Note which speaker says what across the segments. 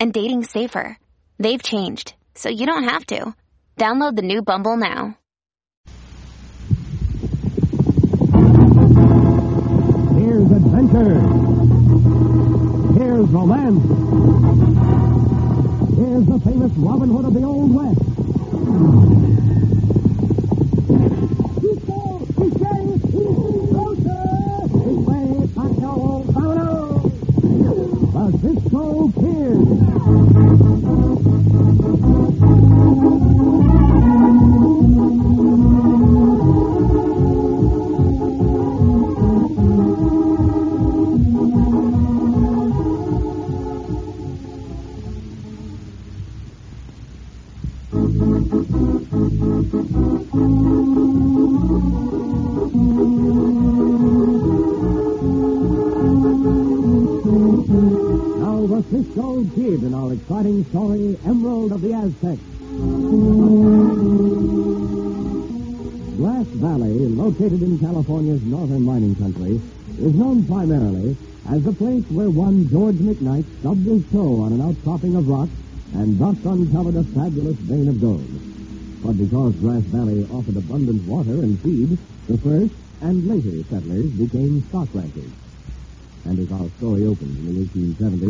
Speaker 1: and dating safer. They've changed, so you don't have to. Download the new Bumble now.
Speaker 2: Here's adventure. Here's romance. Here's the famous Robin Hood of the Old West. This way, Pancho, vámonos. The Cisco Kid. Now the Cisco Kid in our exciting story, Emerald of the Aztecs. Glass Valley, located in California's northern mining country, is known primarily as the place where one George McKnight stubbed his toe on an outcropping of rock and thus uncovered a fabulous vein of gold. But because Grass Valley offered abundant water and feed, the first and later settlers became stock ranchers. And as our story opens in the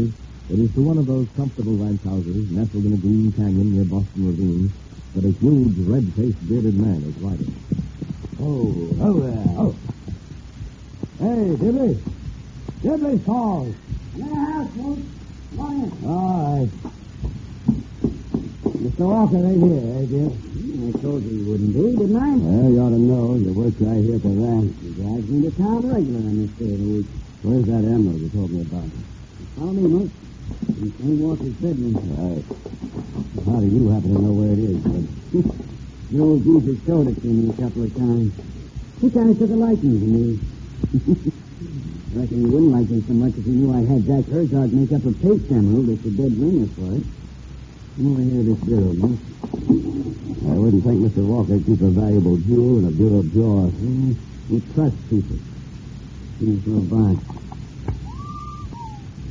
Speaker 2: 1870s, it is to one of those comfortable ranch houses nestled in a green canyon near Boston Ravine that a huge red-faced bearded man is riding. Oh, oh there. Oh. Hey, Dibley. Dibley Falls. In the house, folks. All right. Mr. Walker ain't here, eh, dear? I told you he wouldn't be, didn't I? Well, you ought to know. You work right here at the ranch. He drives me to town regular on this day of the week. Where's that emerald you told me about? Follow me, Mike. In St. Walker's bedroom. All right. How do you happen to know where it is, Bud? the old geezer showed it to me a couple of times. He kind of took a liking to me. Reckon you wouldn't like me so much if you knew I had Jack Herzog make up a paste emerald as the dead ringer for it. Come over here, this girl, Miss. I wouldn't think Mr. Walker keep a valuable jewel in a bureau drawer. Mm, he trusts people. Here's your box.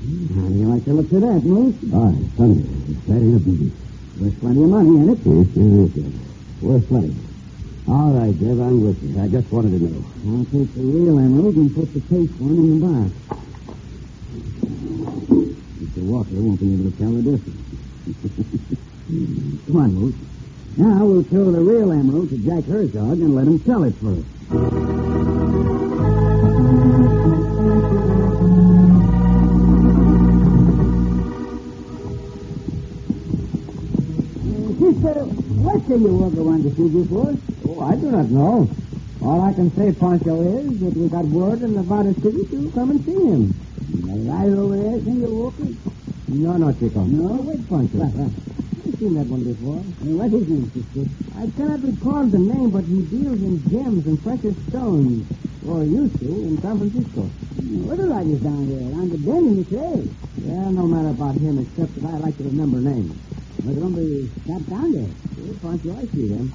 Speaker 2: How do you like the look of that, Moose? Ah, funny. It's that in a beauty. Worth plenty of money, ain't it? Yes, it is, Ed. Worth plenty. All right, Dev, I'm with you. I just wanted to know. I'll take the real emerald and put the fake one in the box. Mr. Walker won't be able to tell the difference. Come on, Moose. Now we'll show the real emerald to Jack Herzog and let him sell it for us. Sister, what do you ever want to see before? Oh, I do not know. All I can say, Pancho, is that we got word in Nevada City to come and see him. Right over there, single walker? No, no, Chico. No, wait, Pancho. I've seen that one before. what is his name, sister? I cannot recall the name, but he deals in gems and precious stones. Or used to in San Francisco. What do I just down there? On the bend in the trade. Well, no matter about him, except that I like to remember names. We're going to be stopped down there. Sure, Pancho, I see them.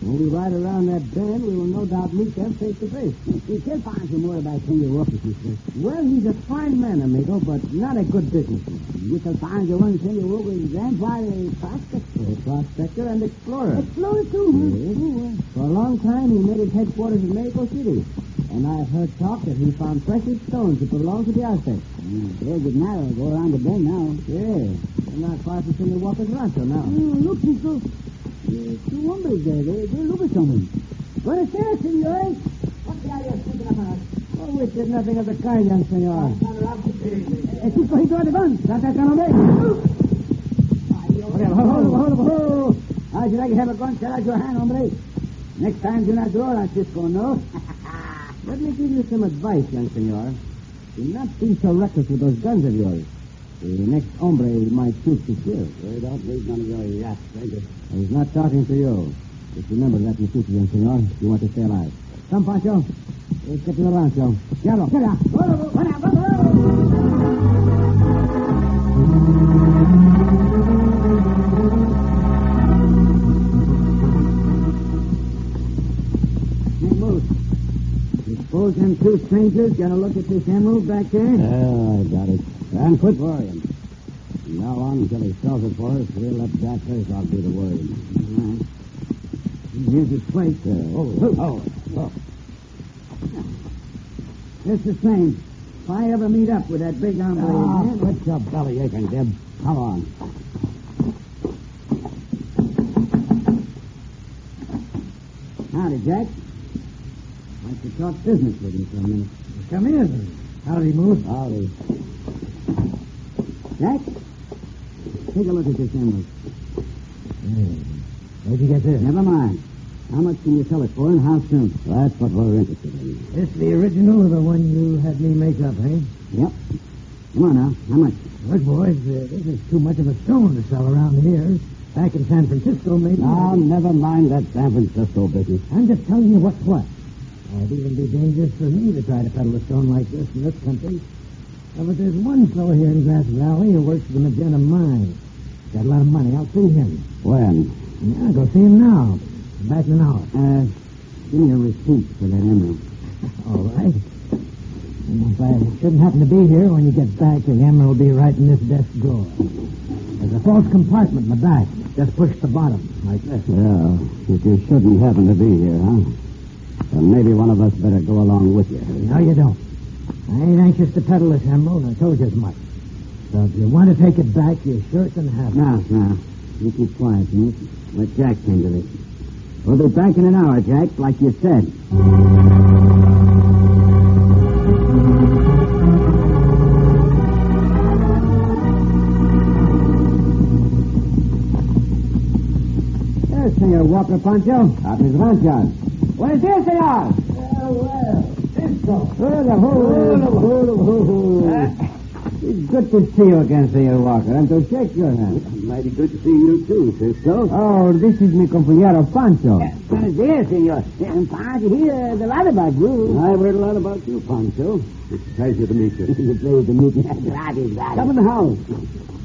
Speaker 2: When we ride around that bend, we will no doubt meet them face to face. We can find some more about Senor Walker, sister. Well, he's a fine man, amigo, but not a good businessman. You can find your own Senor Walker's grandfather a prospector. A prospector and explorer. Explorer, too, huh? Oh, For a long time, he made his headquarters in Mexico City. And I've heard talk that he found precious stones that belong to the Aztecs. Mm, Very good matter. Go around the bend now. Yeah. They're not far from Senor Walker's rancho now. Mm, look, Cisco. Two hombres there. They, they look at something. Buenos dias, senores. What the idea of speaking about? Oh, we did nothing of the kind, young senor. Eh, Cisco, he got the gun. Santa Canome. Hold on, hold on, hold on, hold on. How'd you like to have a gun shot out your hand, hombre? Next time, do not draw on Cisco, no? Let me give you some advice, young senor. Do not be so reckless with those guns of yours.
Speaker 3: The next hombre might choose to kill.
Speaker 2: We don't need none of your yacht, stranger.
Speaker 3: I was not talking to you. Just remember that, Mr. Senor. You want to stay alive. Come, Pancho. Let's get to the rancho. Diablo, get out. Hey, Moose. Suppose them two strangers got a look at this emerald back there?
Speaker 2: Yeah, Ah, I got it. And quit worrying. From now on, until he sells it for us, we'll let that first out do the worrying.
Speaker 3: All right. Here's his plate.
Speaker 2: Yeah. Oh, oh, oh.
Speaker 3: Just the same. If I ever meet up with that big hombre
Speaker 2: Ah,
Speaker 3: again,
Speaker 2: quit your belly aching, Deb. Come on.
Speaker 3: Howdy, Jack. I'd like to talk business with you for a minute. Come in. Howdy, Moose.
Speaker 2: Howdy.
Speaker 3: Jack, take a look at this emerald.
Speaker 2: Where'd you get this?
Speaker 3: Never mind. How much can you sell it for and how soon?
Speaker 2: That's what we're interested in.
Speaker 3: This the original or the one you had me make up, eh? Yep. Come on now. How much?
Speaker 4: Look, boys, uh, this is too much of a stone to sell around here. Back in San Francisco, maybe.
Speaker 3: Ah,
Speaker 2: Now, never mind that San Francisco business.
Speaker 4: I'm just telling you what's what. It'd even be dangerous for me to try to peddle a stone like this in this country. Uh, but there's one fellow here in Grass Valley who works for the Magenta Mine. Got a lot of money. I'll see him.
Speaker 2: When?
Speaker 4: Yeah, go see him now. Back in an hour.
Speaker 3: Uh, give me a receipt for that emerald.
Speaker 4: All right. And if I shouldn't happen to be here when you get back, the hammer will be right in this desk drawer. There's a false compartment in the back. Just push the bottom, like this.
Speaker 2: Yeah, if you shouldn't happen to be here, huh? Then maybe one of us better go along with you.
Speaker 4: No, you don't. I ain't anxious to peddle this emerald. I told you as much. So if you want to take it back, you sure can have it.
Speaker 3: Now, now. You keep quiet, Nick. Let Jack handle it. We'll be back in an hour, Jack, like you said. There, Senor Walker Pancho. Out his ranchos. What is this, Senor? Good to see you again, Senor Walker, and to shake your hand.
Speaker 2: Mighty good to see you, too, Cisco.
Speaker 3: Oh, this is mi compañero Pancho.
Speaker 2: there, senor. I'm proud to hear a lot about you. I've heard a lot about you, Pancho. It's a pleasure to meet you. it's a pleasure to meet you. Come in the house.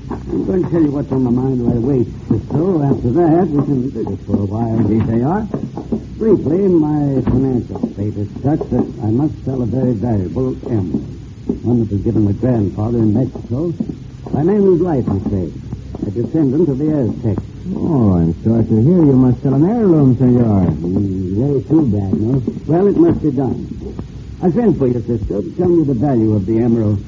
Speaker 2: I'm going to tell you what's on my mind right away, Cisco. After that, we can visit for a while. Indeed, they are. Briefly, my financial state is such that I must sell a very valuable emerald. One that was given my grandfather in Mexico. My name is Life, I say. A descendant of the Aztecs.
Speaker 3: Oh, I'm sorry to hear you must sell an heirloom, senor.
Speaker 2: Mm, very too bad, no? Well, it must be done. I sent for you, sister, to tell me the value of the emerald.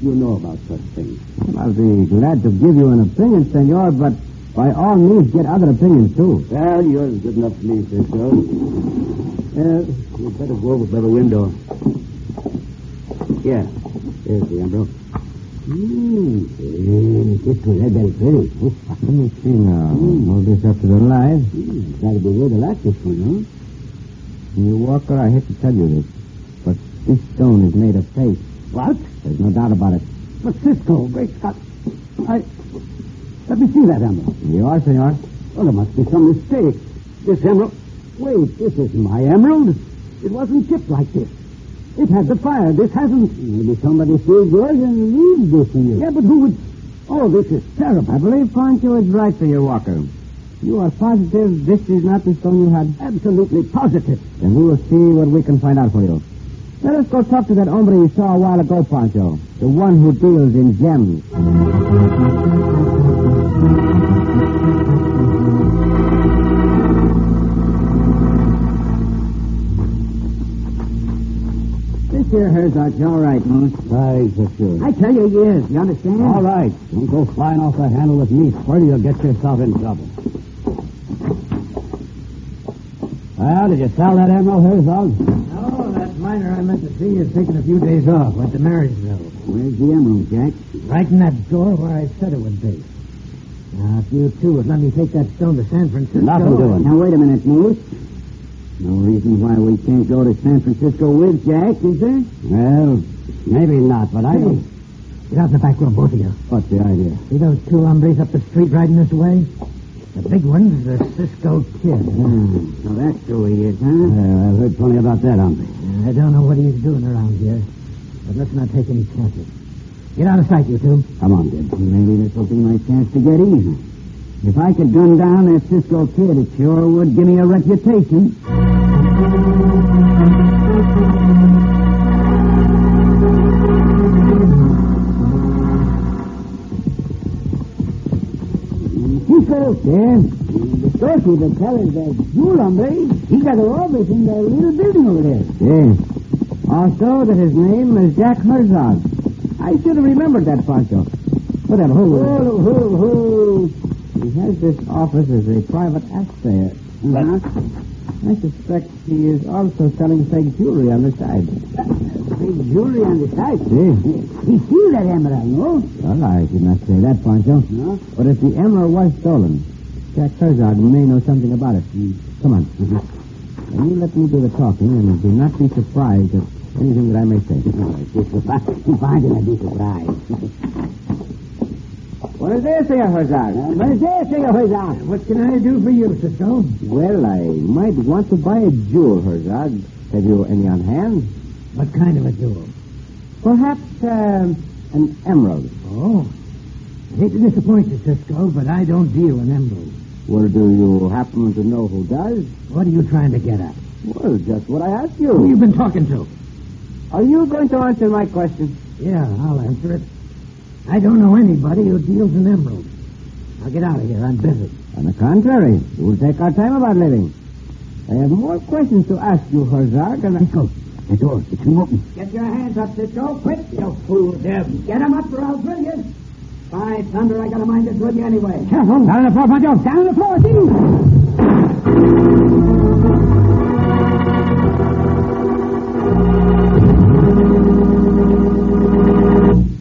Speaker 2: You know about such things.
Speaker 3: I'll be glad to give you an opinion, senor, but by all means, get other opinions, too.
Speaker 2: Well, yours is good enough for me, sister.
Speaker 3: Uh,
Speaker 2: Well, you'd better go over by the window. Yeah, there's the emerald.
Speaker 3: Hmm,
Speaker 2: Mmm,
Speaker 3: eh,
Speaker 2: this one had been pretty.
Speaker 3: Let me see now. Hold this up to the light.
Speaker 2: Mm, Hmm. gotta be worth a lot, this one, huh?
Speaker 3: You Walker, I hate to tell you this, but this stone is made of faith.
Speaker 2: What?
Speaker 3: There's no doubt about it.
Speaker 2: But, Cisco, great Scott. I... Let me see that emerald.
Speaker 3: You are, senor.
Speaker 2: Well, there must be some mistake. This emerald. Wait, this is my emerald. It wasn't chipped like this. It had the fire. This hasn't. Maybe somebody steals yours and leaves this to you. Yeah, but who would. Oh, this is terrible.
Speaker 3: I believe Pancho is right, Senor Walker. You are positive this is not the stone you had?
Speaker 2: Absolutely positive.
Speaker 3: Then we will see what we can find out for you. Let us go talk to that hombre you saw a while ago, Pancho. The one who deals in gems. This here Herzog's all right, Moose.
Speaker 2: Right, for sure.
Speaker 3: I tell you he is. You understand?
Speaker 2: All right. Don't go flying off the handle with me, Squirty. You'll get yourself in trouble. Well, did you sell that emerald, Herzog?
Speaker 4: Oh, that miner I meant to see is taking a few days off. Went to Marysville.
Speaker 3: Where's the emerald, Jack?
Speaker 4: Right in that drawer where I said it would be. Now, if you two would let me take that stone to San Francisco.
Speaker 2: Nothing doing.
Speaker 3: Now, wait a minute, Moose. No reason why we can't go to San Francisco with Jack, is there?
Speaker 2: Well, maybe not, but I
Speaker 3: Hey,
Speaker 2: don't.
Speaker 4: Get out in the back room, both of you.
Speaker 2: What's the idea?
Speaker 4: See those two hombres up the street riding this way? The big one's the Cisco Kid.
Speaker 2: so Hmm. that's who he is, huh? I've heard plenty about that, hombre.
Speaker 4: I don't know what he's doing around here, but let's not take any chances. Get out of sight, you two.
Speaker 2: Come on, Deb. Maybe this will be my chance to get even. If I could gun down that Cisco kid, it sure would give me a reputation.
Speaker 3: Cisco. Yes? The storekeeper telling the jewel hombre he got the robbers in the little building over there.
Speaker 2: Yes. Also, that his name is Jack Herzog. I should have remembered that, Pancho. But that whole...
Speaker 3: Who, who, who?
Speaker 2: He has this office as a private assayer.
Speaker 3: Uh-huh.
Speaker 2: I suspect he is also selling fake jewelry on the side.
Speaker 3: Big jewelry on the side.
Speaker 2: See?
Speaker 3: He killed that emerald, no?
Speaker 2: Well, I did not say that, Pancho.
Speaker 3: No?
Speaker 2: But if the emerald was stolen, Jack Herzog may know something about it.
Speaker 3: Mm.
Speaker 2: Come on.
Speaker 3: Mm-hmm.
Speaker 2: Now, you let me do the talking, and do not be surprised at anything that I may say.
Speaker 3: If I did, I'd be surprised.
Speaker 2: What is this, Senor Herzog?
Speaker 3: But there, Senor Huizar.
Speaker 4: What can I do for you, Cisco?
Speaker 2: Well, I might want to buy a jewel, Herzog. Have you any on hand?
Speaker 4: What kind of a duel?
Speaker 2: Perhaps um, an emerald.
Speaker 4: Oh. I hate to disappoint you, Cisco, but I don't deal in emeralds.
Speaker 2: Well, do you happen to know who does?
Speaker 4: What are you trying to get at?
Speaker 2: Well, just what I asked
Speaker 4: Who you
Speaker 2: you.
Speaker 4: been talking to?
Speaker 2: Are you going to answer my question?
Speaker 4: Yeah, I'll answer it. I don't know anybody who deals in emeralds. Now get out of here. I'm busy.
Speaker 2: On the contrary, we'll take our time about living. I have more questions to ask you, Herzog, and I... Go. The door, it's open.
Speaker 3: Get your hands up, Cisco. Quick, you fool, Deb. Get them up or I'll drill you. By thunder, I got a mind to drill you anyway.
Speaker 2: Careful. Down on the floor, Pancho. Down on the floor, see?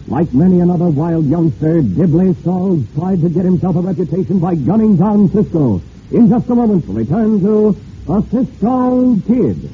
Speaker 2: Like many another wild youngster, Dibley Stalls tried to get himself a reputation by gunning down Cisco. In just a moment, we'll return to the Cisco Kid.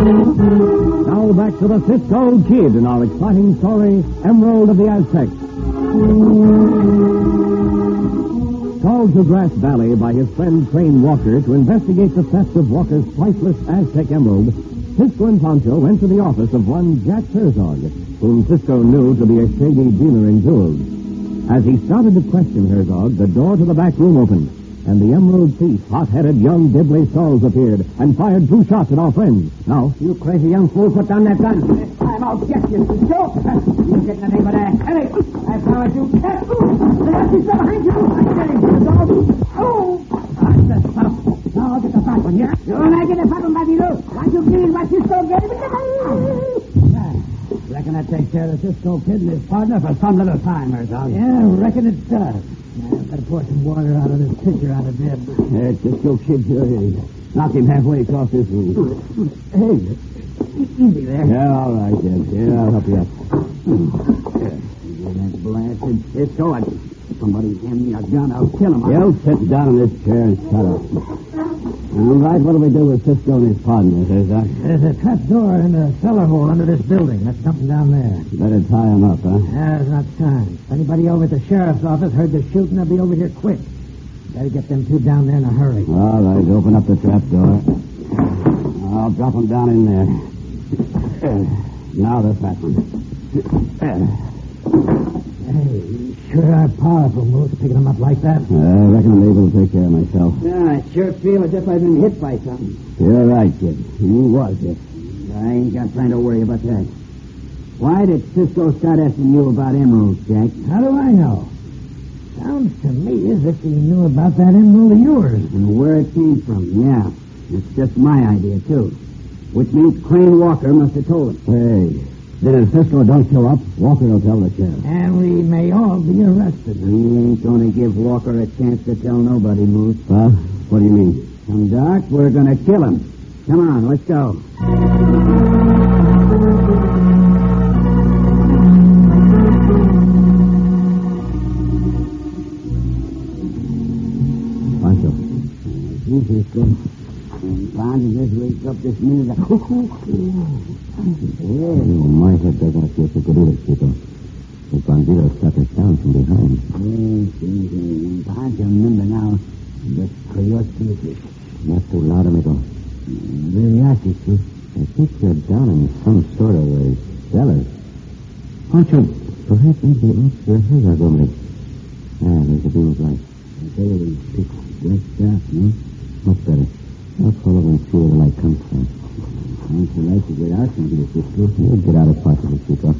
Speaker 2: Now back to the Cisco Kid in our exciting story, Emerald of the Aztecs. Called to Grass Valley by his friend Crane Walker to investigate the theft of Walker's priceless Aztec emerald, Cisco and Pancho went to the office of one Jack Herzog, whom Cisco knew to be a shady dealer in jewels. As he started to question Herzog, the door to the back room opened, and the emerald thief, hot-headed young Dibley Stalls, appeared and fired two shots at our friends. Now, you crazy young fool, put down that gun.
Speaker 3: Time I'll get you, Cisco. You get nothing but a headache. I promise you. Can't move. The lefty's behind you. I got him, Cisco. Oh! Now I'll get the fat one, yeah? Don't I get the fat one, Bandito? Why you give me what Cisco gave me?
Speaker 4: Reckon that takes care of the Cisco Kid and his partner for some little time, Herzog. Yeah, reckon it does. Now, better pour some water out of this pitcher out of bed.
Speaker 2: Uh, Cisco Kid here is. Knocked him halfway across this room. Hey.
Speaker 4: Easy there.
Speaker 2: Yeah, all right, Jim. Here, I'll help you up. That blasted Cisco. I... Somebody hand me a gun. I'll kill him. You sit down in this chair and shut up. All right, what do we do with Cisco and his partner, Herzog?
Speaker 4: There's a trap door and a cellar hole under this building. That's something down there.
Speaker 2: Better tie him up, huh?
Speaker 4: There's not time. If anybody over at the sheriff's office heard the shooting, they'll be over here quick. Better get them two down there in a hurry.
Speaker 2: All right, open up the trap door. I'll drop him down in there. Now the fat one.
Speaker 4: Hey, you sure are powerful, Moose, picking them up like that.
Speaker 2: I reckon I'm able to take care of myself.
Speaker 3: Yeah, I sure feel as if I've been hit by something.
Speaker 2: You're right, kid. You was it.
Speaker 3: I ain't got time to worry about that. Why did Cisco start asking you about emeralds, Jack?
Speaker 4: How do I know? Sounds to me as if he knew about that emerald of yours.
Speaker 3: And where it came from, yeah. It's just my idea, too. Which means Crane Walker must have told him.
Speaker 2: Hey, then if Cisco don't show up, Walker will tell the sheriff.
Speaker 4: And we may all be arrested.
Speaker 3: You ain't gonna give Walker a chance to tell nobody, Moose.
Speaker 2: Well, what do you mean?
Speaker 3: Come dark, we're gonna kill him.
Speaker 2: Come on, let's go. Pancho. Francisco. Pancho just wakes up this minute. yes.
Speaker 3: You might have taken a few picadillos, Chico. The bandidos shot us down from behind.
Speaker 2: Yes, yes, yes. Pancho, remember now. The coyote.
Speaker 3: Not too loud, amigo.
Speaker 2: Very active, too.
Speaker 3: I think you're down in some sort of a cellar. Pancho, perhaps maybe the officer has our hombre. Ah, there's the beam's light.
Speaker 2: I tell you, we picked that up, no?
Speaker 3: Much better. I'll call over and see where the light comes from.
Speaker 2: Pancho likes to get out from here, Cisco.
Speaker 3: You'll get out of possible, Chico.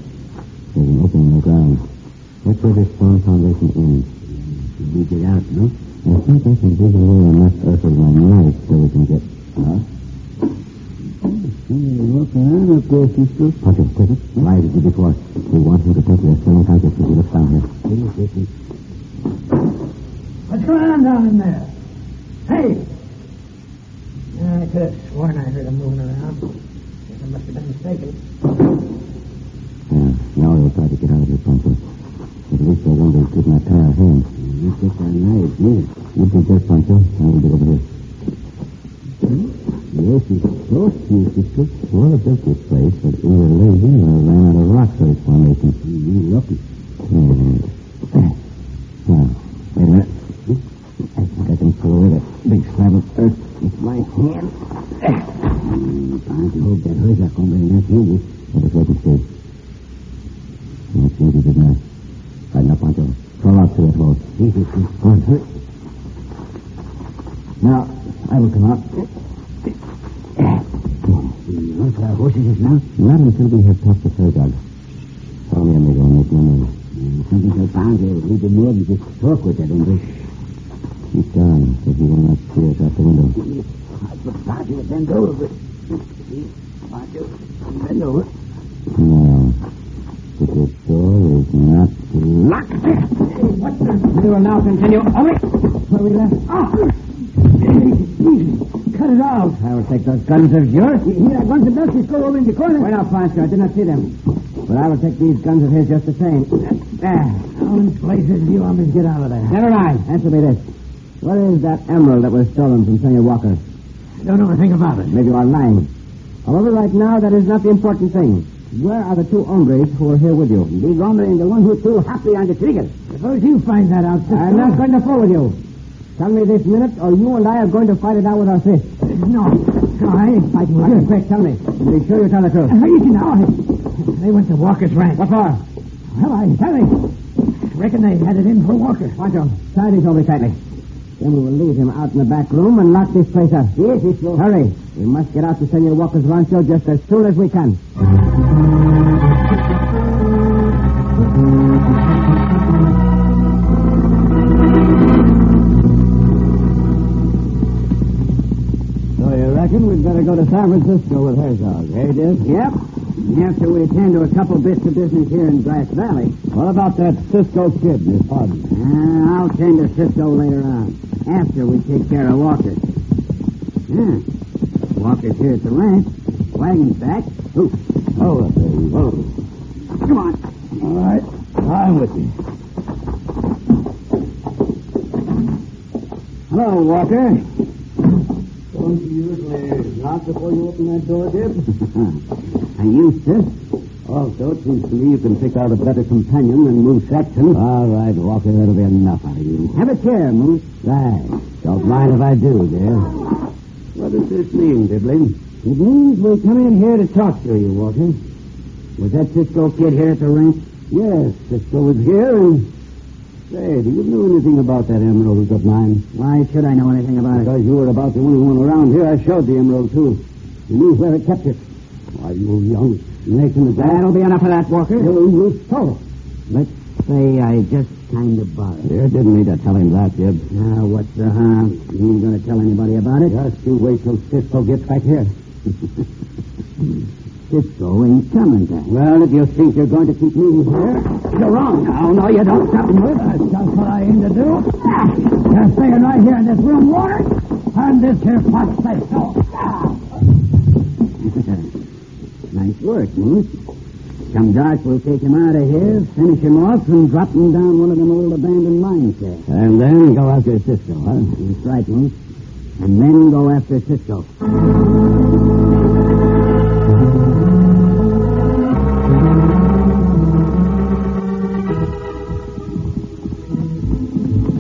Speaker 3: There's an opening in the ground. That's where this stone foundation ends.
Speaker 2: Should we get out, no?
Speaker 3: I think I can dig away enough earth with my knife so we can get... Huh?
Speaker 2: Look around up there, Cisco.
Speaker 3: Pancho, quick. Lies as you before. We want him to think we're selling houses if he looks down here.
Speaker 4: What's going on down in there? Hey! Yeah, I could have sworn I heard him moving around. Guess I must have been mistaken.
Speaker 3: Yeah, Mm. now they'll try to get out of here, Pancho. At least they'll wonder if not tie our hands.
Speaker 2: You get Mm, that knife, yes.
Speaker 3: You do that, Pancho. I will dig over here.
Speaker 2: Hmm? Yes, it's close to you, Cisco.
Speaker 3: Well, it built this place, but either lazy or ran out of rock for its foundation.
Speaker 2: You're Mm, lucky.
Speaker 3: Yeah. Now, wait a minute. I think I can pull away that big slab of earth with my hand.
Speaker 2: Pancho, Mm, hope that hurts our comrade enough, you.
Speaker 3: Let us wait and see. Yeah, it's easy, good night. Right now, Pancho. Crawl out through that hole.
Speaker 2: Easy, Cisco.
Speaker 3: Come on, hurry. Now, I will come out.
Speaker 2: You want our horses just now?
Speaker 3: Not until we have talked to Fergog. Follow me, amigo, and make no move.
Speaker 2: Uh, something so Pancho will do more than just talk with that hombre.
Speaker 3: Keep down, so he will not see us out the window.
Speaker 2: I put Pancho would bend over. See, Pancho, bend over.
Speaker 3: No. The door is not locked.
Speaker 4: We will now continue. Oh, wait! What are we left?
Speaker 2: Cut it off.
Speaker 3: I will take those guns of yours.
Speaker 2: Here are guns and dust. Go over in the corner.
Speaker 3: Wait up, Pancho. I did not see them. But I will take these guns of his just the same. There.
Speaker 4: How in places do you want me to get out of there?
Speaker 3: Never mind. Answer me this. What is that emerald that was stolen from Senor Walker?
Speaker 4: I don't know a thing about it.
Speaker 3: Maybe you are lying. However, right now, that is not the important thing. Where are the two hombres who are here with you?
Speaker 2: Big hombre and the one who threw happy on the trigger.
Speaker 4: Suppose you find that out, Cisco.
Speaker 3: I'm not going to fool with you. Tell me this minute, or you and I are going to fight it out with our fists.
Speaker 4: No. No, I ain't fighting with
Speaker 3: Here,
Speaker 4: you.
Speaker 3: quick, tell me. Be sure you tell the truth.
Speaker 4: How you can know it? They went to Walker's ranch.
Speaker 3: What for?
Speaker 4: Well, I tell you. Reckon they had it in for Walker.
Speaker 3: Pancho, tie these over tightly. Then we will leave him out in the back room and lock this place up. Yes, yes, Hurry. We must get out to Senor Walker's rancho just as soon as we can.
Speaker 2: So you reckon we'd better go to San Francisco with Herzog, hey, Dick? Yep. After we attend to a couple bits of business here in Grass Valley. What about that Cisco kid, Miss Pardon? Uh, I'll tend to Cisco later on, after we take care of Walker. Yeah. Walker's here at the ranch. Wagon's back. Ooh. Oh, Come on. All right. I'm with you. Hello, Walker. Don't you usually knock before you open that door, Dib? I used to. Also, it seems to me you can pick out a better companion than Moose Jackson. All right, Walker, that'll be enough out of you. Have a chair, Moose. Thanks. Don't mind if I do, dear. What does this mean, Dibley? It means we come in here to talk to you, Walker. Was that Cisco kid here at the ranch? Yes, Cisco was here, and Say, do you know anything about that emerald of mine? Why should I know anything about it? Because you were about the only one around here. I showed the emerald, too. You knew where it kept it. Why, you young snake in the grass. That'll be enough of that, Walker. You, you stole it. Let's say I just kind of borrowed it. You didn't need to tell him that, Gibb. Now, what's the harm? You ain't going to tell anybody about it? Just you wait till Cisco gets back here. Cisco ain't coming back. Well, if you think you're going to keep me here, you're wrong. No, no, you don't stop me.
Speaker 4: That's just what I aim to do.
Speaker 2: Oh,
Speaker 4: You're staying right here in this room, Warren. And this here pot says so.
Speaker 2: Nice work, Moose. Come dark, we'll take him out of here, finish him off, and drop him down one of them old abandoned mines there. And then go after Cisco, huh? That's right, Moose. And then go after Cisco.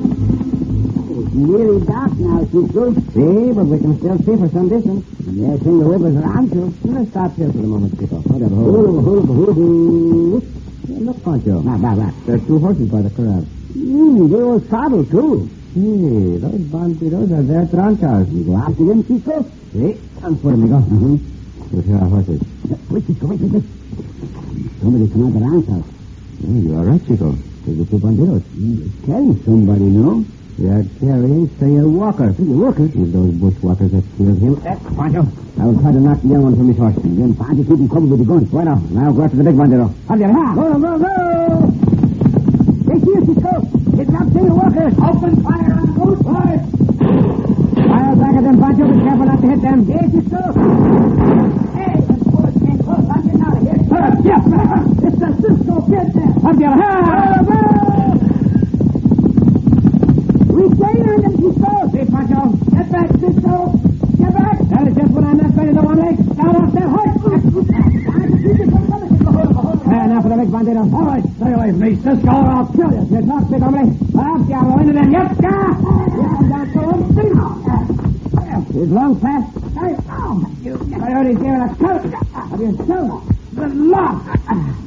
Speaker 2: It's nearly dark now, Cisco. See, but we can still see for some distance. Yes, and the river's around you. Let's stop here for a moment, Cisco. Whatever. Hold, hold, hold, hold. Look, Pancho. Bah, bah, bah. There's two horses by the corral. Mm, they all saddled, too. Hey, those bandidos are their trancas. You go after them, Cisco? Sí. And for them, go. Uh-huh. We'll hear our horses. Wait, Cisco, wait, wait, wait. Somebody come out the ranch house. you are right, Chico. There's the two bandidos. Mm, carrying somebody, no? They are carrying, say, a walker. Say, a walker? Give those bushwalkers that killed him. That's Eh, Pancho. I will try to knock the young one from his horse. And then Pancho keep him covered with the guns. Right off. Now go after the big bandito. Javier, ha! Go, go, go! Take here, Cisco. Kidnap Jimmy Walker. Open fire on those horse. Fire back at them, Pancho. Be careful not to hit them. Here, Cisco. Hey, the horse came close. I'm getting out of here. Hurry up, yeah. It's the Cisco kid there. Javier, ha! Go, go! We later than Cisco. Hey, Pancho. Get back, Cisco. Get back. That is just what I'm not going to want to Down off that horse. Ah, now for the big bandito. All right, stay away from me, Cisco, or I'll kill you. You're not big, hombre. Up, Diablo, into them. Yep, sir. Yes, down to him. See? He's long past. Hey, oh, you. I already gave it a cut. Of your shoulder. Good luck.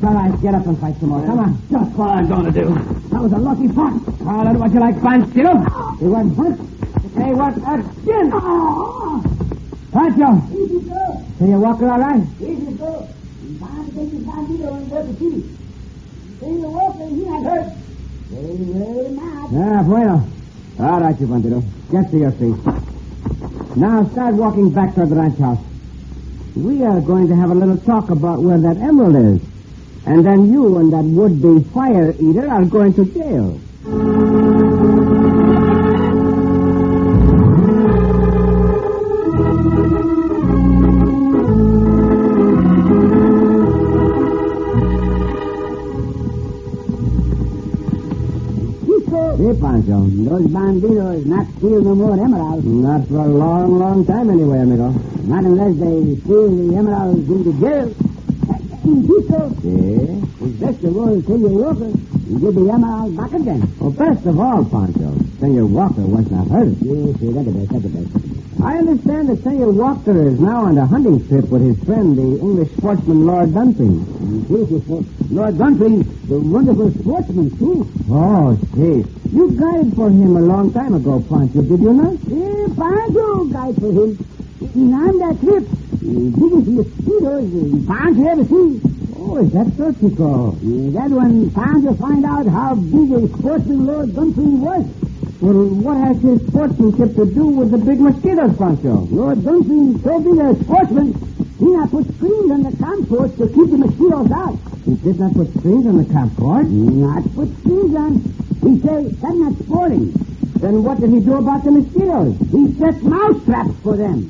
Speaker 2: All right, get up and fight some more. Come on. Just what I'm going to do. That was a lucky punch. Call it what you like, Banchero. He went first. They went again. Pancho. Can you walk all right? Ah, bueno. All right, you bandito. Get to your feet. Now start walking back toward the ranch house. We are going to have a little talk about where that emerald is. And then you and that would-be fire eater are going to jail. Sí, Pancho. Those bandidos not steal no more emeralds. Not for a long, long time anyway, amigo. Not unless they steal the emeralds into jail. Chico. Sí? It's best to go and Senor Walker and give the emerald back again. Well, best of all, Pancho, Senor Walker was not hurt. Yes, yes, that's the best, that's the best. I understand that Senor Walker is now on a hunting trip with his friend, the English sportsman Lord Dunphy. Lord Dunphy, the wonderful sportsman, too. Oh, see. You guided for him a long time ago, Pancho, did you not? Yeah, Eh, Pancho guided for him. And on that trip, the biggest mosquitoes the pound you ever see. Oh, is that so, Chico? That one found to find out how big a sportsman Lord Dunphy was. Well, what has his sportsmanship to do with the big mosquitoes, Pancho? Lord Dunphy so big a sportsman, he not put screens on the compost to keep the mosquitoes out. He did not put screens on the compost? Not put screens on. He say, that's not sporting. Then what did he do about the mosquitoes? He set mouse traps for them.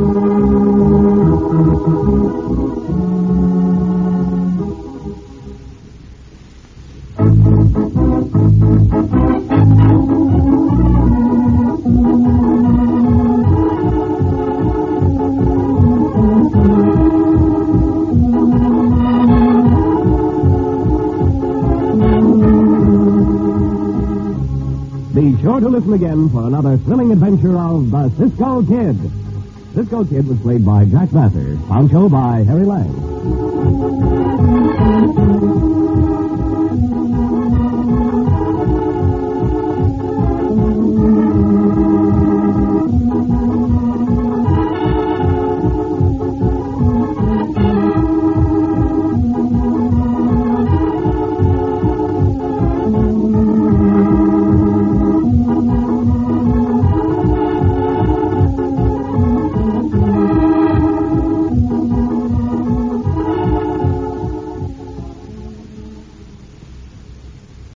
Speaker 2: Be sure to listen again for another thrilling adventure of the Cisco Kid. Cisco Kid was played by Jack Vassar, Pancho by Harry Lang.